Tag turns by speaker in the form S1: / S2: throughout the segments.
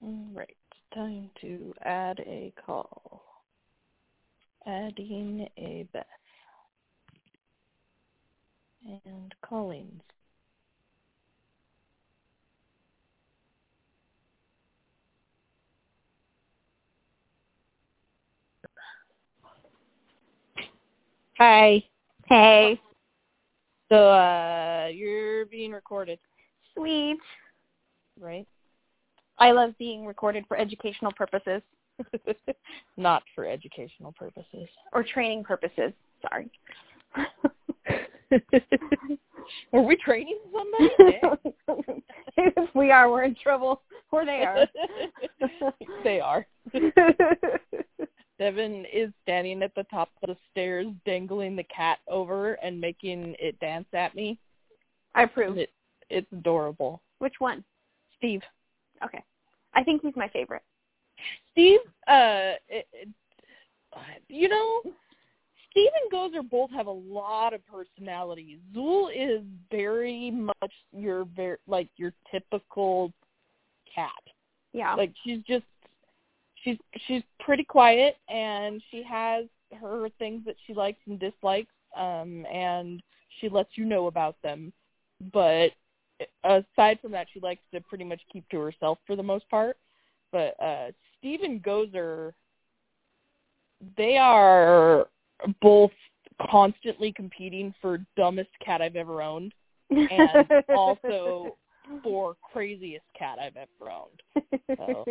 S1: All right, time to add a call. Adding a Beth. And Collins. Hi.
S2: Hey.
S1: So uh you're being recorded,
S2: Sweet.
S1: right?
S2: I love being recorded for educational purposes
S1: Not for educational purposes.
S2: or training purposes. Sorry.
S1: Are we training somebody?
S2: if we are, we're in trouble. Or they are.
S1: they are. Devin is standing at the top of the stairs, dangling the cat over and making it dance at me.
S2: I
S1: And
S2: approve.
S1: It, it's adorable.
S2: Which one?
S1: Steve.
S2: Okay. I think he's my favorite.
S1: Steve, uh, it, it, you know, Steve and Gozer both have a lot of personality. Zool is very much your very like your typical cat.
S2: Yeah.
S1: Like she's just she's she's pretty quiet and she has her things that she likes and dislikes um and she lets you know about them. But aside from that she likes to pretty much keep to herself for the most part. But uh Steve and Gozer they are both constantly competing for dumbest cat I've ever owned and also for craziest cat I've ever owned. Oh.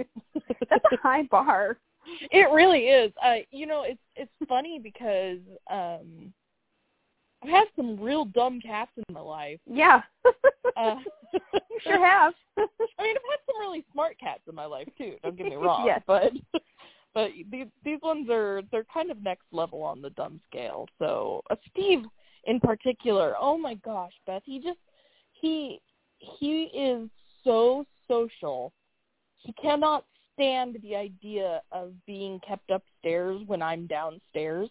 S2: That's a high bar.
S1: it really is. Uh, you know, it's it's funny because um, I've had some real dumb cats in my life.
S2: Yeah.
S1: Uh,
S2: sure have.
S1: I mean, I've had some really smart cats in my life too. Don't get me wrong.
S2: Yes.
S1: But but these these ones are they're kind of next level on the dumb scale. So uh, Steve in particular, oh my gosh, Beth, he just he he is so social. He cannot stand the idea of being kept upstairs when I'm downstairs.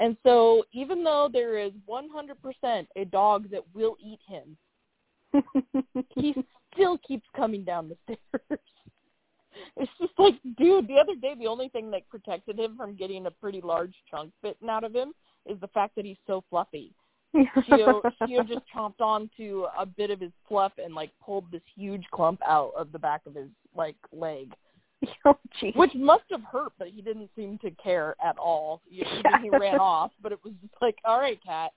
S1: And so even though there is 100% a dog that will eat him, he still keeps coming down the stairs. It's just like, dude, the other day the only thing that protected him from getting a pretty large chunk bitten out of him is the fact that he's so fluffy. Gio, Gio just chomped onto a bit of his fluff and like pulled this huge clump out of the back of his like leg,
S2: oh, jeez.
S1: which must have hurt, but he didn't seem to care at all. You know,
S2: Yeah.
S1: He ran off, but it was just like, all right, cat,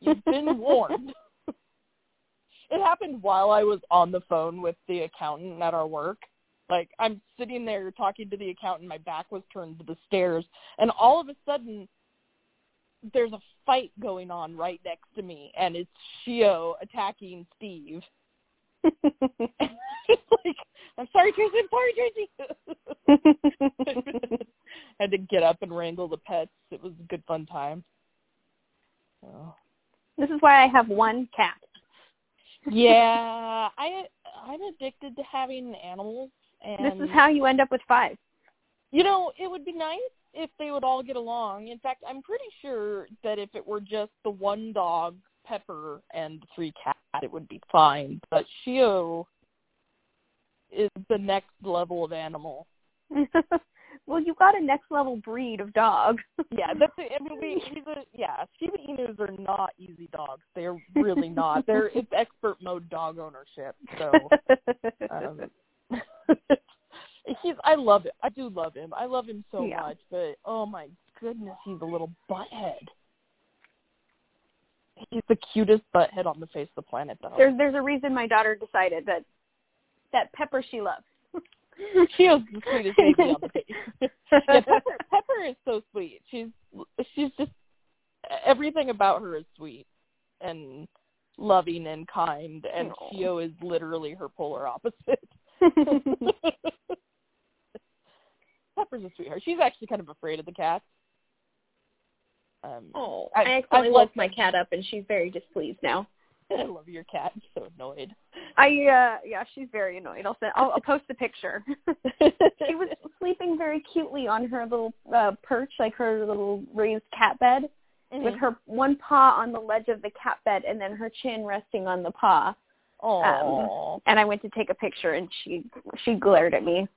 S1: you've been warned. It happened while I was on the phone with the accountant at our work. Like I'm sitting there talking to the accountant, my back was turned to the stairs, and all of a sudden there's a fight going on right next to me and it's Shio attacking Steve. It's like, I'm sorry, Tracy, I'm sorry, Tracy. Had to get up and wrangle the pets. It was a good fun time. So.
S2: This is why I have one cat.
S1: yeah, I I'm addicted to having animals, and
S2: this is how you end up with five.
S1: you know it would be nice if they would all get along. In fact, I'm pretty sure that if it were just the one dog, Pepper, and the three cats, it would be fine. But Shio is the next level of animal.
S2: well, you've got a next level breed of dog.
S1: Yeah, that's it. I mean, we, he's a, yeah, Shiba Inus are not easy dogs. They're really not. They're it's expert mode dog ownership. So. um, he's I love it. I do love him. I love him so
S2: Yeah.
S1: much, but oh my goodness, he's a little butthead. He's the cutest butthead on the face of the planet though.
S2: there's there's a reason my daughter decided that that pepper she loves.
S1: she is the sweetest baby on the face. yeah, Pepper, Pepper is so sweet. She's she's just everything about her is sweet and loving and kind and
S2: Aw.
S1: Shio is literally her polar opposite. Pepper's a sweetheart. She's actually kind of afraid of the cats. Um,
S2: oh,
S1: I- I accidentally woke my
S2: cat up, and she's very displeased now.
S1: I love your cat. I'm so annoyed.
S2: I uh yeah, she's very annoyed. I'll send, I'll, I'll post the picture. she was sleeping very cutely on her little uh, perch, like her little raised cat bed,
S1: Mm-hmm.
S2: with her one paw on the ledge of the cat bed, and then her chin resting on the paw.
S1: Aww.
S2: And I went to take a picture, and she she glared at me.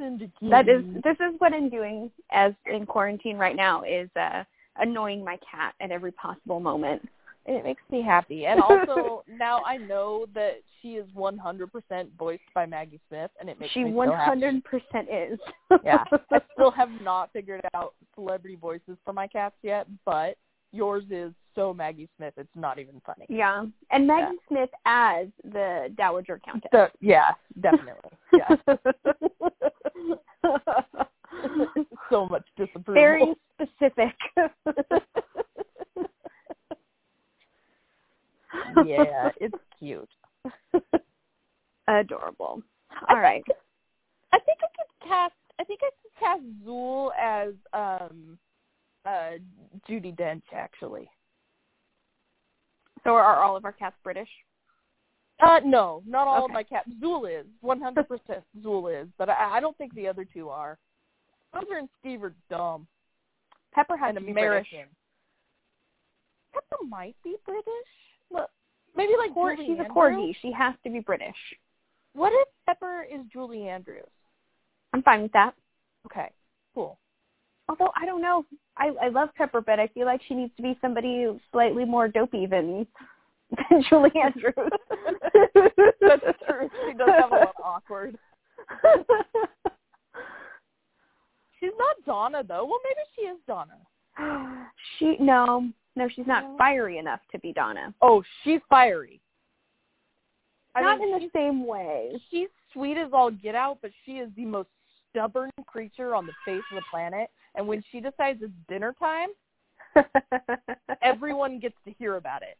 S1: Syndicate.
S2: That is this is what I'm doing as in quarantine right now is uh annoying my cat at every possible moment.
S1: It makes me happy. And also now I know that she is 100% voiced by Maggie Smith and it makes
S2: she
S1: me so happy.
S2: 100% is.
S1: Yeah. I still have not figured out celebrity voices for my cats yet, but yours is so Maggie Smith. It's not even funny.
S2: Yeah. And Maggie Smith as the Dowager Countess.
S1: So, yeah, definitely. Yeah. so much disapproval.
S2: Very specific.
S1: yeah, it's cute.
S2: Adorable. All right.
S1: I think I could cast. I think I could cast Zool as um, uh, Judy Dench. Actually,
S2: So are all of our cats British?
S1: uh, no, not all of
S2: Okay.
S1: my cats. Zool is one hundred percent. Zool is, but I, I don't think the other two are. Bowser and Steve are dumb.
S2: Pepper has
S1: and
S2: to be
S1: American. Pepper might be British. Look, maybe like
S2: British. Cor-
S1: Julie
S2: she's
S1: Andrews?
S2: a corgi. She has to be British.
S1: What if Pepper is Julie Andrews?
S2: I'm fine with that.
S1: Okay, cool.
S2: Although I don't know, I I love Pepper, but I feel like she needs to be somebody slightly more dopey than than Julie Andrews.
S1: That's true. She does have a lot of awkward. She's not Donna though. Well, maybe she is Donna.
S2: she no no she's
S1: No.
S2: not fiery enough to be Donna.
S1: Oh, she's fiery. I
S2: not
S1: mean,
S2: in the same way.
S1: she's, she's sweet as all get out, but she is the most stubborn creature on the face of the planet. And when she decides it's dinner time, everyone gets to hear about it.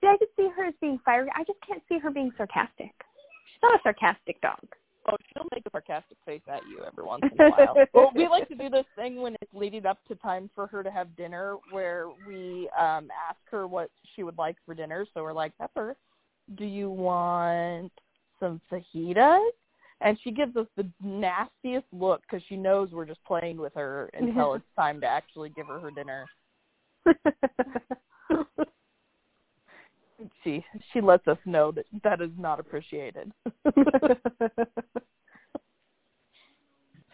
S2: See, I could see her as being fiery. I just can't see her being sarcastic. She's not a sarcastic dog.
S1: Oh, she'll make a sarcastic face at you every once in a while. well, we like to do this thing when it's leading up to time for her to have dinner where we um ask her what she would like for dinner. So we're like, Pepper, do you want some fajitas? And she gives us the nastiest look because she knows we're just playing with her until it's time to actually give her her dinner. She she lets us know that that is not appreciated. So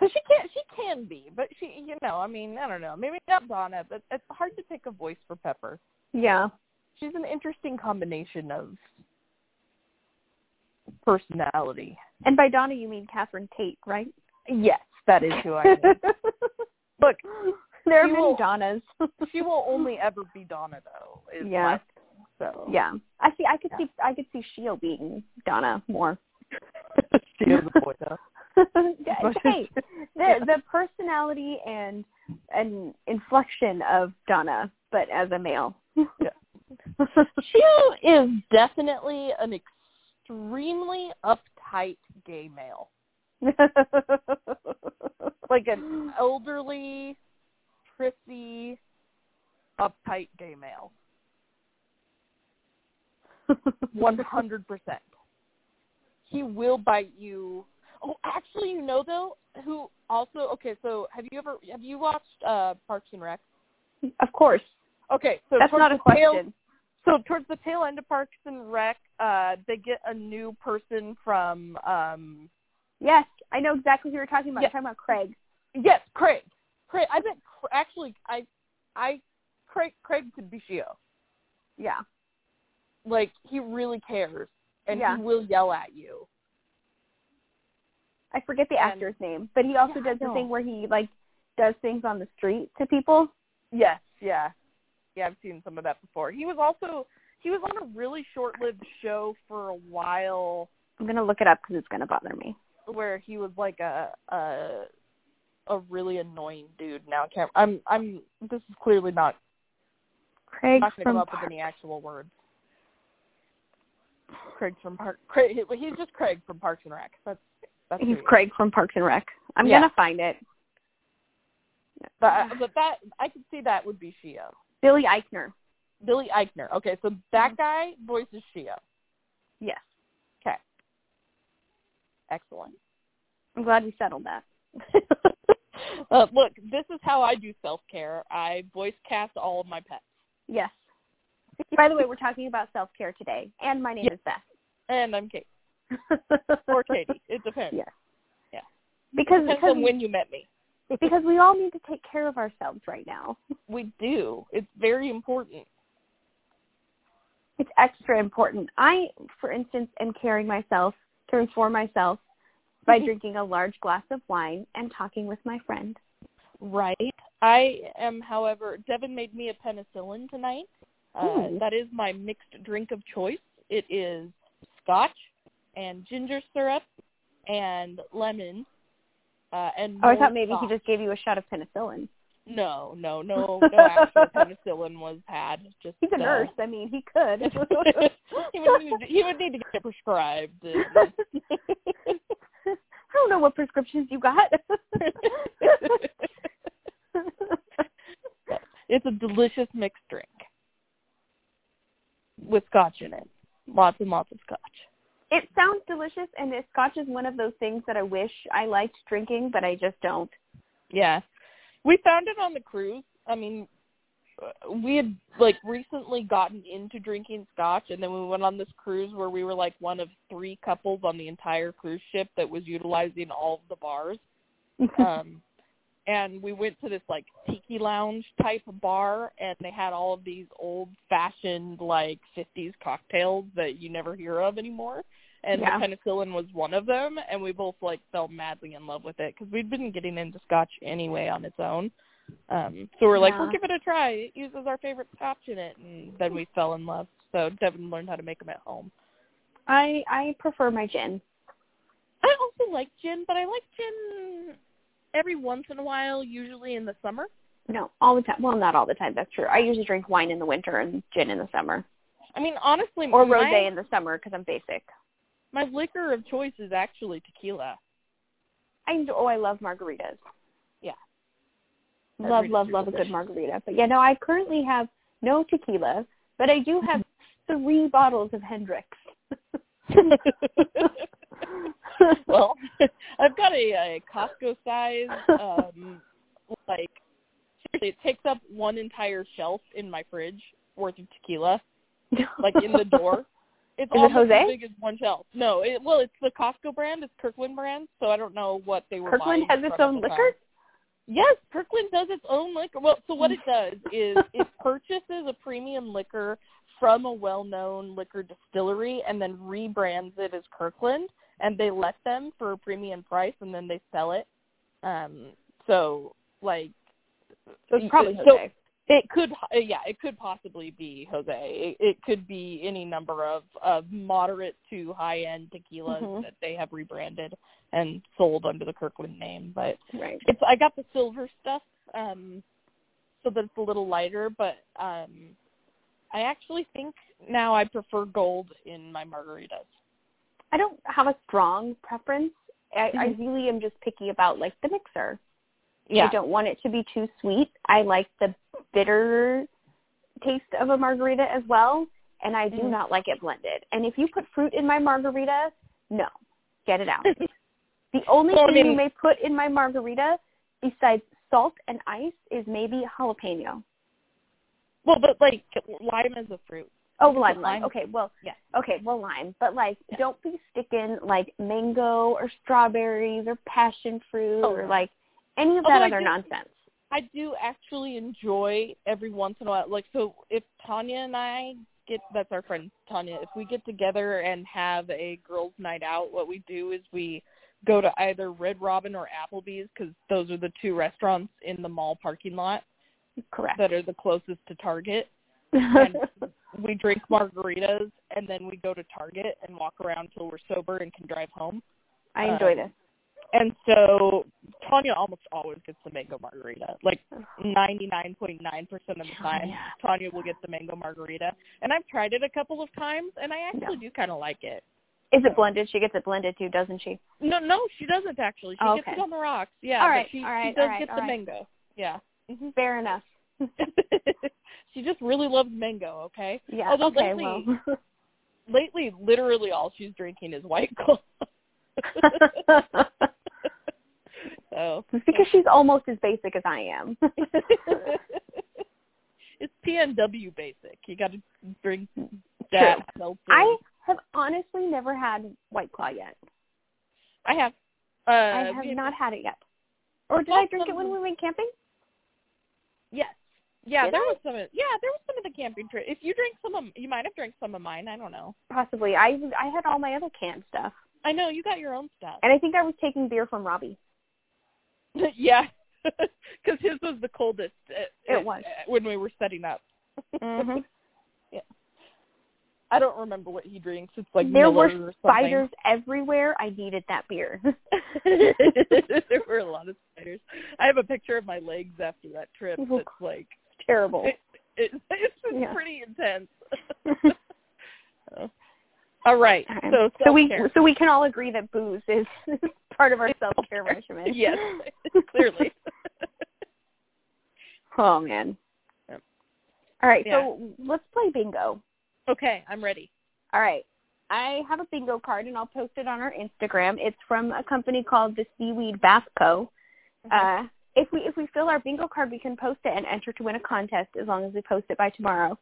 S1: she can she can be, but she you know, I mean, I don't know. Maybe not Donna, but it's hard to pick a voice for Pepper.
S2: yeah.
S1: She's an interesting combination of personality.
S2: And by Donna you mean Catherine Tate, right?
S1: Yes, that is who I am. Look,
S2: there are
S1: She
S2: many
S1: will-
S2: Donnas.
S1: she will only ever be Donna though. Is my
S2: Yeah.
S1: thing, so
S2: Yeah. I see I could
S1: Yeah.
S2: see I could see Shio being Donna more.
S1: she is a boy though.
S2: Yeah, hey,
S1: Yeah.
S2: the the personality and and inflection of Donna, but as a male.
S1: Shio is definitely an extremely uptight gay male. Like an elderly, prissy, uptight gay male. One hundred percent. He will bite you. Oh, actually, you know though, who also okay. So have you ever have you watched uh Parks and Rec?
S2: Of course.
S1: Okay, so
S2: That's
S1: towards
S2: not a
S1: the tail-
S2: question.
S1: so towards the tail end of Parks and Rec, uh, they get a new person from um
S2: Yes, I know exactly who you're talking about.
S1: Yeah.
S2: You're talking about Craig.
S1: yes, Craig. Craig, I bet Cra- actually I I Craig Craig could be Shio.
S2: Yeah.
S1: Like he really cares and
S2: Yeah.
S1: he will yell at you.
S2: I forget the
S1: And-
S2: actor's name, but he also
S1: Yeah, I
S2: does the
S1: know.
S2: thing where he like does things on the street to people.
S1: Yes, yeah. Yeah, I've seen some of that before. He was also he was on a really short-lived show for a while
S2: I'm gonna look it up because it's gonna bother me.
S1: where he was like a a a really annoying dude. Now I can't. I'm I'm. This is clearly not
S2: Craig
S1: not going to
S2: from
S1: come up
S2: Parks.
S1: with any actual words. Craig's from Park. Craig, he- he's just Craig from Parks and Rec. That's that's who
S2: He's
S1: he is.
S2: Craig from Parks and Rec. I'm
S1: Yeah.
S2: gonna find it.
S1: But, I- but that I could see that would be Shio.
S2: uh, Billy Eichner.
S1: Billy Eichner. Okay, so that guy voices Shio.
S2: Yes.
S1: Okay. Excellent.
S2: I'm glad we settled that.
S1: uh, look, this is how I do self care. I voice cast all of my pets.
S2: Yes. By the way, we're talking about self care today, and my name
S1: Yeah.
S2: is Beth.
S1: And I'm Kate. Or Katie. It depends.
S2: Yes. Because
S1: Depends
S2: because
S1: on when you met me.
S2: because we all need to take care of ourselves right now.
S1: We do. It's very important.
S2: It's extra important. I, for instance, am caring myself, caring for myself by
S1: Mm-hmm.
S2: drinking a large glass of wine and talking with my friend.
S1: Right. I am, however, Devin made me a penicillin tonight. Uh,
S2: Ooh.
S1: that is my mixed drink of choice. It is scotch and ginger syrup and lemon. Uh, and
S2: Oh, I
S1: more
S2: thought maybe he
S1: scotch.
S2: just gave you a shot of penicillin.
S1: no, no, no, no actual penicillin was had. Just
S2: He's a
S1: uh,
S2: nurse. I mean, he could.
S1: he would need to, he would need to get prescribed. and-
S2: I don't know what prescriptions you got.
S1: it's a delicious mixed drink with scotch in it. Lots and lots of scotch.
S2: it sounds delicious, and this scotch is one of those things that I wish I liked drinking, but I just don't.
S1: Yeah. We found it on the cruise. I mean, uh, we had like recently gotten into drinking scotch and then we went on this cruise where we were like one of three couples on the entire cruise ship that was utilizing all of the bars. um and we went to this like tiki lounge type of bar and they had all of these old fashioned like fifties cocktails that you never hear of anymore and
S2: Yeah.
S1: the penicillin was one of them and we both like fell madly in love with it because we'd been getting into scotch anyway on its own um so we're like
S2: Yeah.
S1: we'll give it a try it uses our favorite scotch in it and then we fell in love so devin learned how to make them at home
S2: I I prefer my gin.
S1: i also like gin but i like gin every once in a while usually in the summer
S2: No, all the time. Well, not all the time. That's true. I usually drink wine in the winter and gin in the summer,
S1: I mean, honestly,
S2: or
S1: my,
S2: rosé in the summer because I'm basic.
S1: my liquor of choice is actually tequila.
S2: I enjoy, oh, I love margaritas.
S1: Yeah.
S2: Love,
S1: Margaritas
S2: love,
S1: are
S2: love a good
S1: delicious.
S2: margarita. But yeah, no, I currently have no tequila, but I do have three bottles of Hendrix.
S1: well, I've got a, a Costco size, um, like seriously, it takes up one entire shelf in my fridge worth of tequila, like in the door. It's
S2: Is it
S1: almost
S2: Jose?
S1: as big as one shelf. No, it, well, it's the Costco brand. It's Kirkland brand, so I don't know what they were.
S2: Kirkland
S1: buying
S2: has its
S1: from at
S2: own
S1: the time.
S2: liquor.
S1: Yes, Kirkland does its own liquor. Well, so what it does is it purchases a premium liquor from a well-known liquor distillery and then rebrands it as Kirkland, and they let them for a premium price, and then they sell it. Um, so like,
S2: So it's probably
S1: so
S2: Jose.
S1: it could, yeah, it could possibly be Jose. It, it could be any number of of moderate to high-end tequilas
S2: Mhm.
S1: that they have rebranded and sold under the Kirkland name, but
S2: right.
S1: it's I got the silver stuff, um, so that it's a little lighter, but um I actually think now I prefer gold in my margaritas.
S2: I don't have a strong preference. I,
S1: Mhm.
S2: I really am just picky about like the mixer.
S1: Yeah.
S2: I don't want it to be too sweet. I like the bitter taste of a margarita as well, and I do
S1: Mhm.
S2: not like it blended. And if you put fruit in my margarita, no, get it out. the only
S1: Well, I
S2: thing you
S1: mean-
S2: may put in my margarita besides salt and ice is maybe jalapeno.
S1: well, but like lime is a fruit.
S2: Oh,
S1: You can
S2: lime,
S1: put
S2: lime.
S1: lime.
S2: Okay, well,
S1: Yeah.
S2: okay, well, lime. But like, don't be sticking like mango or strawberries or passion fruit
S1: Oh,
S2: or
S1: no.
S2: like any of
S1: Although
S2: that
S1: I
S2: other
S1: do-
S2: nonsense.
S1: I do actually enjoy every once in a while. Like so, if Tanya and I get that's our friend Tanya. If we get together and have a girls' night out, what we do is we go to either Red Robin or Applebee's because those are the two restaurants in the mall parking lot.
S2: Correct.
S1: that are the closest to Target. And we drink margaritas and then we go to Target and walk around till we're sober and can drive home.
S2: I enjoy
S1: uh,
S2: this.
S1: And so Tanya almost always gets the mango margarita. Like 99.9% of the time,
S2: Tanya.
S1: Tanya will get the mango margarita. And I've tried it a couple of times and I actually
S2: No.
S1: do kind of like it.
S2: Is it blended? She gets it blended too, doesn't she?
S1: No, no, she doesn't actually. She
S2: Okay.
S1: gets it on the rocks. Yeah,
S2: All
S1: but
S2: right,
S1: she,
S2: all
S1: she
S2: right,
S1: does
S2: all right,
S1: get
S2: all
S1: the
S2: right.
S1: mango. Yeah. hmm
S2: Mm-hmm. Fair enough.
S1: she just really loves mango, okay?
S2: Yeah.
S1: Although
S2: okay.
S1: lately,
S2: Well.
S1: lately literally all she's drinking is white claw. so
S2: because she's almost as basic as I am.
S1: it's PNW basic. You got to drink that. seltzer.
S2: I have honestly never had white claw yet.
S1: I have. Uh,
S2: I have
S1: we-
S2: not had it yet. Or did
S1: Well, um,
S2: I drink it when
S1: some-
S2: we went camping?
S1: Yes. Yeah,
S2: Did
S1: there
S2: I?
S1: was some. Of, yeah, there was some of the camping trip. If you drink some, of, you might have drank some of mine. I don't know.
S2: Possibly. I I had all my other canned stuff,
S1: I know you got your own stuff.
S2: and I think I was taking beer from Robbie.
S1: yeah, because his was the coldest. uh,
S2: It
S1: uh,
S2: was.
S1: when we were setting up. Mm-hmm.
S2: Mhm.
S1: I don't remember what he drinks. It's like
S2: there
S1: Miller
S2: were
S1: or something.
S2: spiders everywhere. I needed that beer.
S1: there were a lot of spiders. I have a picture of my legs after that trip.
S2: Oh,
S1: It's like
S2: Terrible.
S1: it, it, it's been
S2: Yeah.
S1: pretty intense. All right, so
S2: so, we
S1: self-care.
S2: so we can all agree that booze is part of our self care measurement.
S1: yes, clearly.
S2: Oh man.
S1: Yep.
S2: All right,
S1: Yeah.
S2: so let's play bingo.
S1: okay, I'm ready.
S2: All right. I have a bingo card and I'll post it on our Instagram. It's from a company called the Seaweed Bath Co.
S1: Mm-hmm. Uh-huh.
S2: Uh, if we if we fill our bingo card, we can post it and enter to win a contest as long as we post it by tomorrow.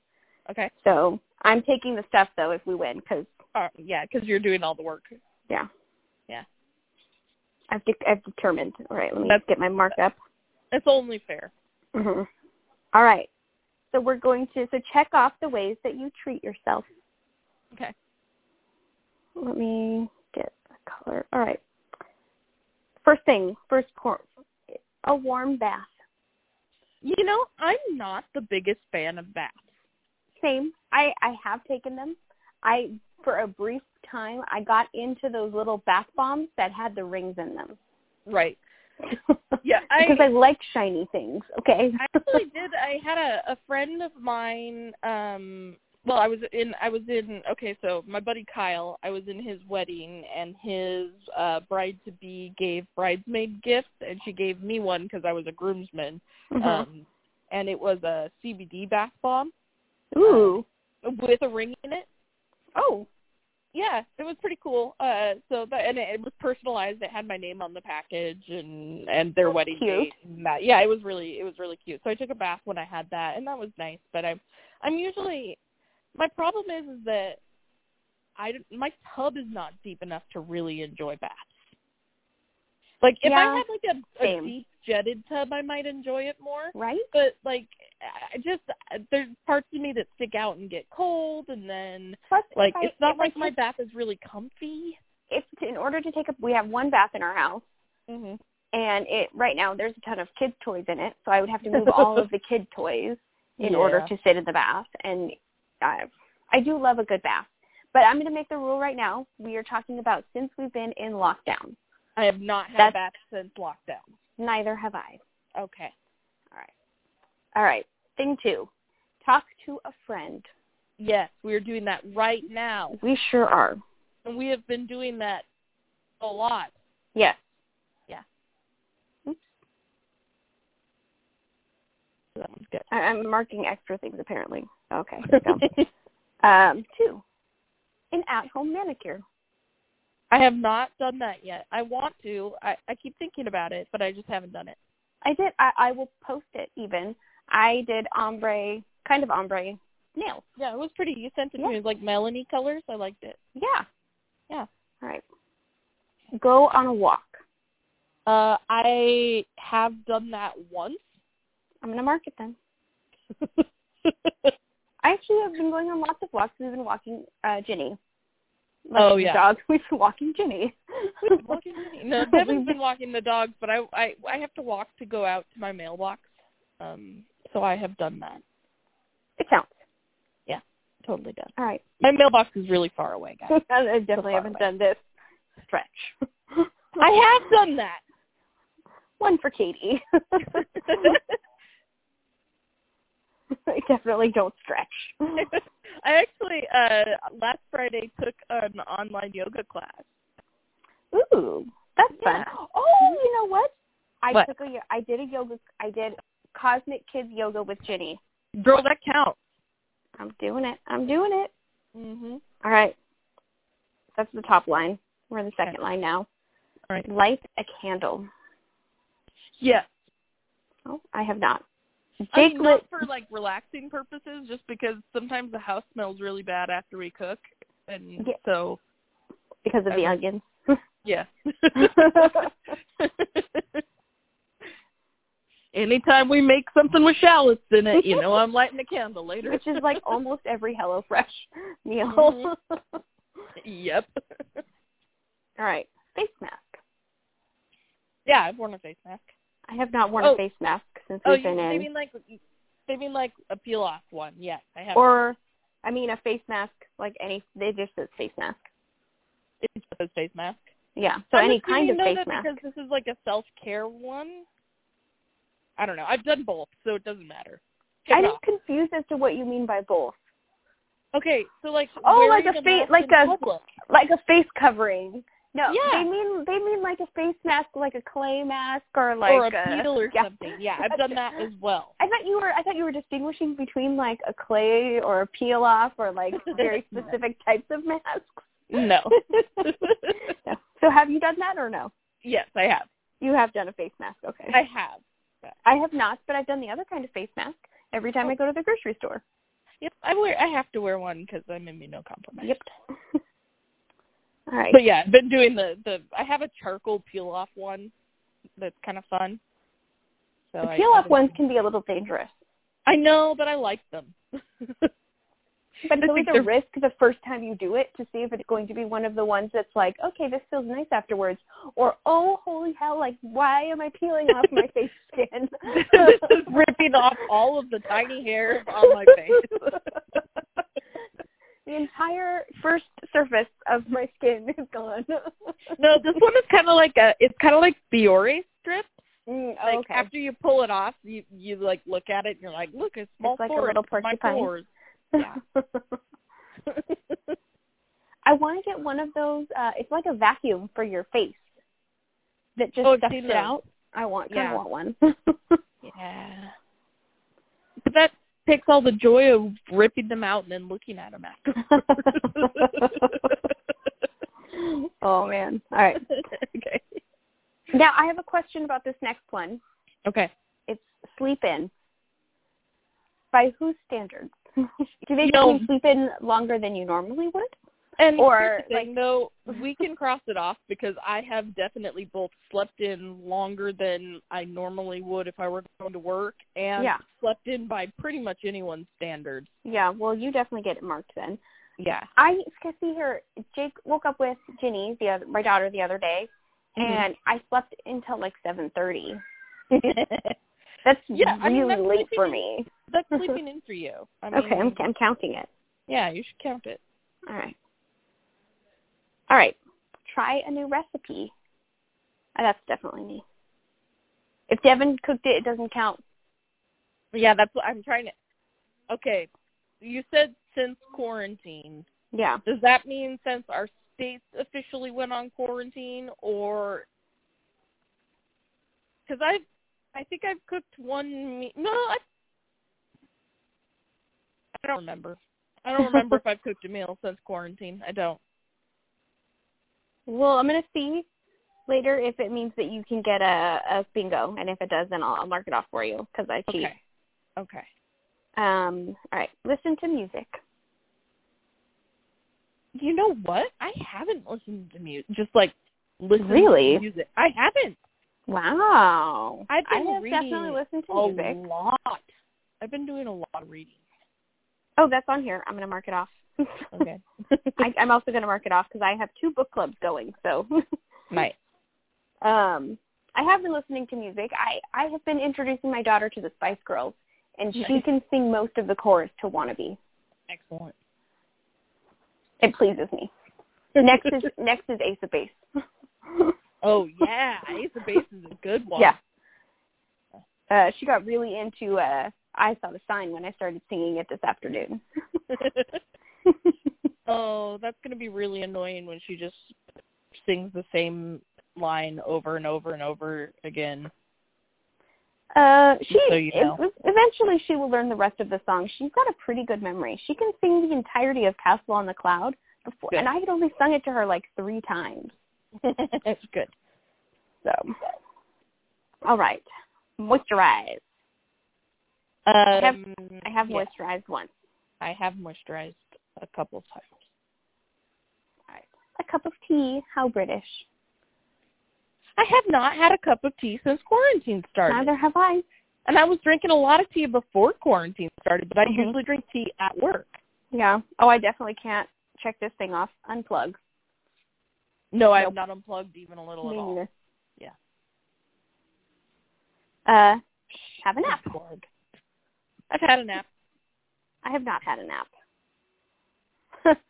S1: okay.
S2: So I'm taking the stuff though if we win because
S1: Uh, yeah, because you're doing all the work.
S2: yeah
S1: Yeah.
S2: I've de- I've determined. All right, let me
S1: That's-
S2: get my markup.
S1: It's only fair.
S2: Mhm. All right. So we're going to so check off the ways that you treat yourself.
S1: Okay.
S2: Let me get the color. All right. First thing, first cor- a warm bath.
S1: You know, I'm not the biggest fan of baths.
S2: Same. I I have taken them. I for a brief time I got into those little bath bombs that had the rings in them.
S1: Right. Yeah, I-
S2: because I like shiny things. Okay.
S1: I actually did. I had a, a friend of mine. Um, well, I was in. I was in. Okay, so my buddy Kyle. I was in his wedding, and his uh, bride to be gave bridesmaid gifts, and she gave me one because I was a groomsman.
S2: Mhm.
S1: Um, and it was a CBD bath bomb um,
S2: Ooh.
S1: with a ring in it.
S2: Oh.
S1: Yeah, it was pretty cool. Uh, so that and it, it was personalized. It had my name on the package and and their wedding
S2: Cute.
S1: date. And that. Yeah, it was really it was really cute. So I took a bath when I had that, and that was nice. But I'm I'm usually my problem is is that I don't- my tub is not deep enough to really enjoy baths. Like if
S2: Yeah,
S1: I had like a, a
S2: same.
S1: deep jetted tub, I might enjoy it more
S2: Right.
S1: but like I just there's parts of me that stick out and get cold and then
S2: Plus,
S1: like
S2: if I-
S1: it's not
S2: if I
S1: like my
S2: take-
S1: bath is really comfy
S2: if in order to take a we have one bath in our house
S1: mm-hmm.
S2: and it right now there's a ton of kids toys in it so i would have to move all of the kid toys in order to sit in the bath and i i do love a good bath but i'm going to make the rule right now we are talking about since we've been in lockdown
S1: I have not had
S2: That's-
S1: baths since lockdown.
S2: neither have i
S1: Okay.
S2: all right all right thing two talk to a friend
S1: Yes, we are doing that right now,
S2: we sure are
S1: and we have been doing that a lot.
S2: yes
S1: Yeah.
S2: Oops.
S1: That one's good.
S2: I- i'm marking extra things apparently okay here we go. Um, two, an at-home manicure.
S1: I have not done that yet. I want to. I, I keep thinking about it, but I just haven't done it.
S2: I did. I, I will post it. Even I did ombre, kind of ombre nails.
S1: Yeah, it was pretty. You sent it to
S2: Yeah.
S1: me. It was like Melanie colors. I liked it.
S2: Yeah.
S1: Yeah.
S2: All right. Go on a walk.
S1: Uh, I have done that once.
S2: I'm gonna mark it then. I actually have been going on lots of walks. We've been walking uh Ginny. Like
S1: Oh,
S2: the
S1: yeah.
S2: Dog. We've been walking Ginny.
S1: walking, no, Devin's been walking the dogs, but I, I I have to walk to go out to my mailbox. Um, so I have done that.
S2: It counts.
S1: Totally done.
S2: All right.
S1: My mailbox is really far away, guys.
S2: I
S1: far
S2: definitely haven't
S1: away.
S2: done this stretch.
S1: I have done that.
S2: one for Katie. I definitely don't stretch.
S1: I actually uh last Friday took an online yoga class.
S2: Ooh, that's
S1: Yeah.
S2: fun. Oh, you know what? I
S1: What?
S2: took a yo- I did a yoga I did cosmic kids yoga with Ginny.
S1: Girl, that counts.
S2: I'm doing it. I'm doing it.
S1: Mhm. All
S2: All right. That's the top line. We're in the second line now.
S1: right.
S2: Light a candle.
S1: Yeah.
S2: Oh, I have not.
S1: I mean,
S2: Big
S1: not
S2: lit.
S1: for like relaxing purposes, just because sometimes the house smells really bad after we cook, and
S2: Yeah.
S1: so
S2: because of the
S1: I-
S2: onions.
S1: yeah. anytime we make something with shallots in it, you know, I'm lighting a candle later.
S2: which is like almost every HelloFresh meal.
S1: Mhm.
S2: Mm-hmm.
S1: yep.
S2: All right, face mask.
S1: Yeah, I've worn a face mask.
S2: I have not worn
S1: Oh.
S2: a face mask since
S1: Oh,
S2: we've
S1: you,
S2: been
S1: they
S2: in,
S1: mean like they mean like a peel off one? Yes, I have.
S2: or I mean a face mask like any. It just says face mask.
S1: it's just a face mask.
S2: Yeah, so
S1: I'm
S2: any kind
S1: assuming,
S2: of
S1: though,
S2: face
S1: that
S2: mask.
S1: because this is like a self care one. I don't know. I've done both, so it doesn't matter. Take it
S2: I'm
S1: off.
S2: confused as to what you mean by both.
S1: Okay, so like
S2: Oh, like
S1: wearing
S2: a fa-
S1: mask
S2: like
S1: in
S2: a-
S1: public.
S2: like a face covering. No,
S1: Yeah.
S2: they mean they mean like a face mask, like a clay mask, or like
S1: or a beetle or
S2: yeah.
S1: something. uh, Yeah, I've done that as well.
S2: I thought you were I thought you were distinguishing between like a clay or a peel off or like very specific types of masks.
S1: No.
S2: No. So have you done that or no?
S1: yes, I have.
S2: You have done a face mask, okay.
S1: I have.
S2: I have not, but I've done the other kind of face mask every time I go to the grocery store.
S1: Yep, I wear. I have to wear one because I'm immunocompromised.
S2: Yep. All right.
S1: But yeah, I've been doing the the. I have a charcoal peel off one. That's kind of fun. So
S2: the
S1: I-
S2: peel
S1: I've
S2: off
S1: been-
S2: ones can be a little dangerous.
S1: I know, but I like them.
S2: But
S1: I
S2: it's always
S1: think
S2: a
S1: they're-
S2: risk the first time you do it to see if it's going to be one of the ones that's like, okay, this feels nice afterwards, or oh, holy hell, like why am I peeling off my face skin?
S1: This is ripping off all of the tiny hairs on my face.
S2: the entire first surface of my skin is gone.
S1: no, this one is kind of like a. It's kind of like Biore strip.
S2: Mm,
S1: Like
S2: okay.
S1: after you pull it off, you you like look at it and you're like, look, it's small
S2: It's like a
S1: pores,
S2: little
S1: my
S2: porcupine.
S1: pores. yeah.
S2: I want to get one of those. uh It's like a vacuum for your face that just
S1: Oh, I've
S2: sucks
S1: seen
S2: it
S1: those.
S2: out. I want, kind
S1: Yeah.
S2: of want one.
S1: Yeah. But that takes all the joy of ripping them out and then looking at them after.
S2: oh man! All right.
S1: okay.
S2: Now I have a question about this next one.
S1: Okay.
S2: It's sleep in. By whose standards? Do they
S1: You
S2: make
S1: know-
S2: you sleep in longer than you normally would?
S1: And
S2: Or,
S1: here's the thing,
S2: like-
S1: though, we can cross it off because I have definitely both slept in longer than I normally would if I were going to work, and
S2: Yeah.
S1: slept in by pretty much anyone's standards.
S2: Yeah. Well, you definitely get it marked then.
S1: Yeah.
S2: I can see her. Jake woke up with Ginny, the other, my daughter, the other day,
S1: Mm-hmm.
S2: and I slept until like seven thirty. That's
S1: Yeah, I
S2: really
S1: mean, that's
S2: late
S1: sleeping
S2: for
S1: in.
S2: me.
S1: that's sleeping in for you. I mean,
S2: Okay, I'm I'm counting it.
S1: yeah, you should count it.
S2: All right. All right. Try a new recipe. Uh, that's definitely me. If Devin cooked it, it doesn't count.
S1: Yeah, that's what I'm trying to. Okay, you said since quarantine.
S2: Yeah.
S1: Does that mean since our states officially went on quarantine, or because I, I think I've cooked one. Me- no, I, I don't remember. I don't remember if I've cooked a meal since quarantine. I don't.
S2: Well, I'm gonna see later if it means that you can get a, a bingo, and if it does, then I'll, I'll mark it off for you because I cheat.
S1: Okay. Okay.
S2: Um. All right. Listen to music.
S1: You know what? I haven't listened to music. Just like listened
S2: Really?
S1: to music. I haven't
S2: Wow.
S1: I've
S2: I
S1: been
S2: have definitely
S1: reading
S2: listened to
S1: a
S2: music.
S1: lot. I've been doing a lot of reading.
S2: Oh, that's on here. I'm gonna mark it off.
S1: Okay.
S2: I, I'm also gonna mark it off because I have two book clubs going. So.
S1: Right.
S2: um I have been listening to music. I I have been introducing my daughter to the Spice Girls, and she
S1: Nice.
S2: can sing most of the chorus to "Wannabe."
S1: Excellent.
S2: It pleases me. Next is next is Ace of Base.
S1: Oh yeah, Ace of Base is a good one.
S2: Yeah. Uh, she got really into uh, "I Saw the Sign" when I started singing it this afternoon.
S1: oh, that's gonna be really annoying when she just sings the same line over and over and over again.
S2: Uh, she
S1: So you know.
S2: ev- eventually she will learn the rest of the song. She's got a pretty good memory. She can sing the entirety of "Castle on the Cloud" before,
S1: Good.
S2: and I had only sung it to her like three times.
S1: That's good.
S2: So, all right, moisturize.
S1: Um, I
S2: have- I have
S1: yeah,
S2: moisturized once,
S1: I have moisturized a couple times.
S2: a cup of tea. How British.
S1: I have not had a cup of tea since quarantine started.
S2: Neither have I.
S1: And I was drinking a lot of tea before quarantine started, but I
S2: Mhm.
S1: usually drink tea at work.
S2: Yeah. Oh, I definitely can't check this thing off. Unplug.
S1: No, I
S2: Nope.
S1: have not unplugged even a little at all. Yeah.
S2: Uh, have a nap.
S1: Unplugged. I've had a nap.
S2: I have not had a nap.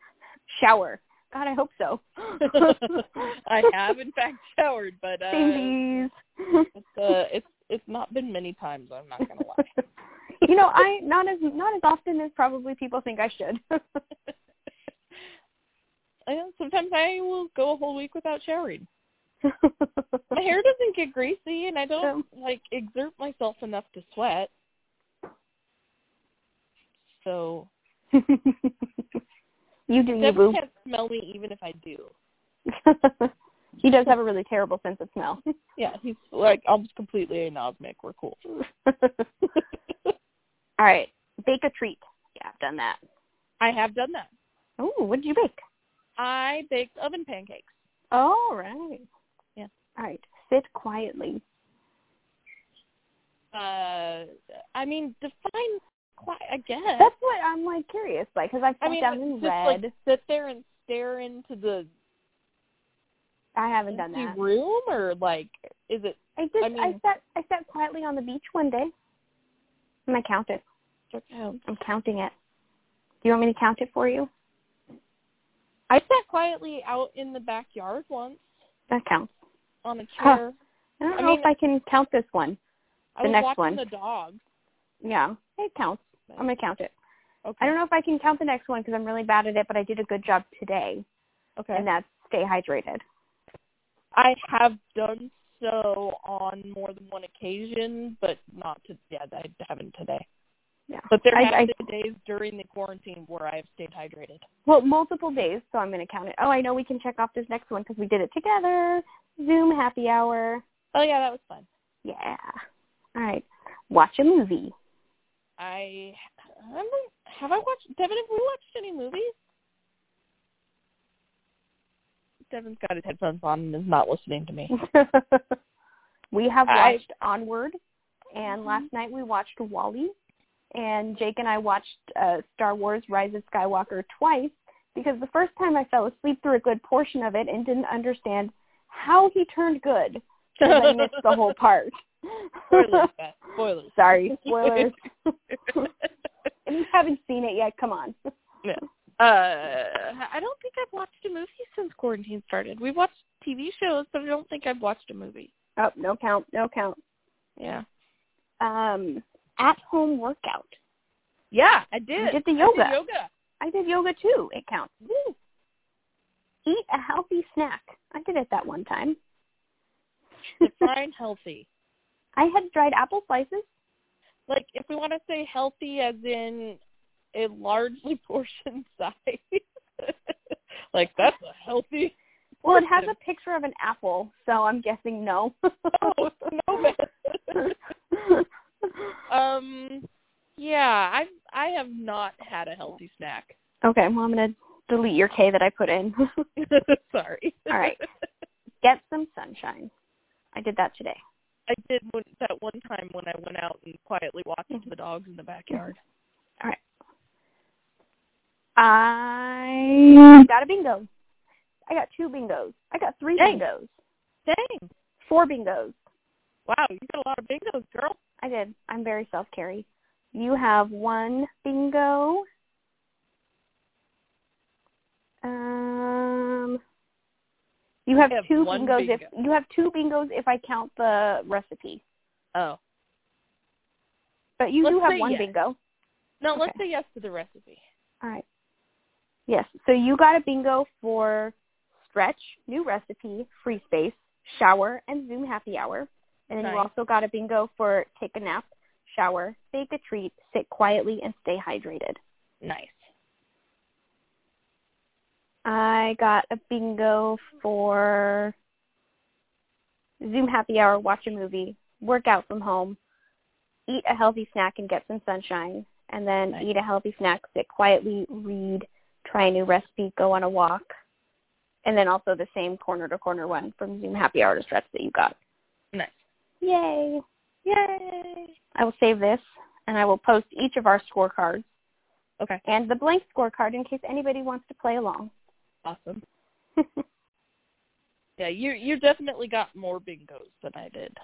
S2: Shower. God, I hope so.
S1: I have in fact showered, but uh,
S2: Same bees.
S1: it's, uh it's it's not been many times, I'm not gonna lie.
S2: you know, I not as not as often as probably people think I should.
S1: And sometimes I will go a whole week without showering.
S2: Mm-hmm.
S1: My hair doesn't get greasy and I don't like exert myself enough to sweat. So
S2: you do you,
S1: Devin
S2: boo.
S1: can't smell me even if I do.
S2: he does have a really terrible sense of smell.
S1: Yeah, he's like almost completely anosmic. We're cool.
S2: All right, bake a treat. Yeah, I've done that.
S1: I have done that.
S2: Oh, what did you bake?
S1: I baked oven pancakes.
S2: All right.
S1: Yeah.
S2: All right. Sit quietly.
S1: Uh, I mean, define quite. I guess.
S2: That's what I'm like curious, like, because I've
S1: I
S2: sat
S1: mean,
S2: down and
S1: just
S2: read.
S1: like sit there and stare into the
S2: I haven't done
S1: empty
S2: that.
S1: room, or like, is it?
S2: I did.
S1: I
S2: I,
S1: mean-
S2: sat. I sat quietly on the beach one day, and I counted. I'm counting it. Do you want me to count it for you?
S1: I sat quietly out in the backyard once
S2: That counts.
S1: on a
S2: Huh.
S1: chair.
S2: I don't
S1: I
S2: know
S1: mean-
S2: if I can count this one.
S1: I
S2: The
S1: was
S2: next
S1: watching
S2: one.
S1: the dogs.
S2: Yeah, it counts. I'm gonna count it.
S1: Okay.
S2: I don't know if I can count the next one because I'm really bad at it, but I did a good job today,
S1: Okay.
S2: and that's stay hydrated.
S1: I have done so on more than one occasion, but not to yeah, I haven't today.
S2: Yeah.
S1: But there
S2: I-
S1: have
S2: I-
S1: been days during the quarantine where I've stayed hydrated.
S2: Well, multiple days, so I'm going to count it. Oh, I know we can check off this next one because we did it together. Zoom happy hour.
S1: Oh yeah, that was fun.
S2: Yeah. All right. Watch a movie.
S1: I I don't have I watched Devin. Have we watched any movies? Devin's got his headphones on and is not listening to me.
S2: we have
S1: I-
S2: watched Onward, and
S1: Mhm.
S2: last night we watched Wally, and Jake and I watched uh, Star Wars: Rise of Skywalker twice because the first time I fell asleep through a good portion of it and didn't understand how he turned good because I missed the whole part.
S1: Spoilers, Beth. Spoilers.
S2: Sorry, spoilers. If you haven't seen it yet, come on.
S1: Uh, I don't think I've watched a movie since quarantine started. We've watched TV shows, but I don't think I've watched a movie.
S2: Oh, no count, no count.
S1: Yeah.
S2: Um, at home workout.
S1: Yeah, I did.
S2: You did the
S1: I
S2: yoga.
S1: yoga.
S2: I did yoga too. It counts.
S1: Woo.
S2: Eat a healthy snack. I did it that one time.
S1: Define healthy.
S2: I had dried apple slices.
S1: Like, if we want to say healthy as in a largely portion size, like, that's a healthy.
S2: Well, it has a picture of an apple, so I'm guessing no.
S1: Oh, no, man. um, yeah, I've, I have not had a healthy snack.
S2: okay, well, I'm going to delete your K that I put in.
S1: Sorry.
S2: All right. Get some sunshine. I did that today.
S1: I did one, that one time when I went out and quietly watched
S2: Mhm.
S1: the dogs in the backyard.
S2: I got a bingo. I got two bingos. I got three
S1: Dang.
S2: bingos.
S1: Dang.
S2: Four bingos.
S1: Wow, you got a lot of bingos, girl.
S2: I did. I'm very self carry. You have one bingo. Um, you have,
S1: I have
S2: two
S1: one
S2: bingos if
S1: bingo.
S2: you have two bingos if I count the recipe.
S1: Oh.
S2: But you
S1: Let's
S2: do have
S1: say
S2: one
S1: yes.
S2: bingo.
S1: No, let's
S2: Okay.
S1: say yes to the recipe.
S2: All right. Yes. So you got a bingo for stretch, new recipe, free space, shower, and Zoom happy hour. And then you
S1: Nice.
S2: also got a bingo for take a nap, shower, bake a treat, sit quietly, and stay hydrated.
S1: Nice.
S2: I got a bingo for Zoom happy hour, watch a movie, work out from home, eat a healthy snack and get some sunshine, and then
S1: Nice.
S2: eat a healthy snack, sit quietly, read, try a new recipe, go on a walk, and then also the same corner to corner one from Zoom happy hour to stretch that you got.
S1: Nice.
S2: Yay!
S1: Yay.
S2: I will save this and I will post each of our scorecards
S1: Okay.
S2: and the blank scorecard in case anybody wants to play along.
S1: Awesome. Yeah, you you definitely got more bingos than I did.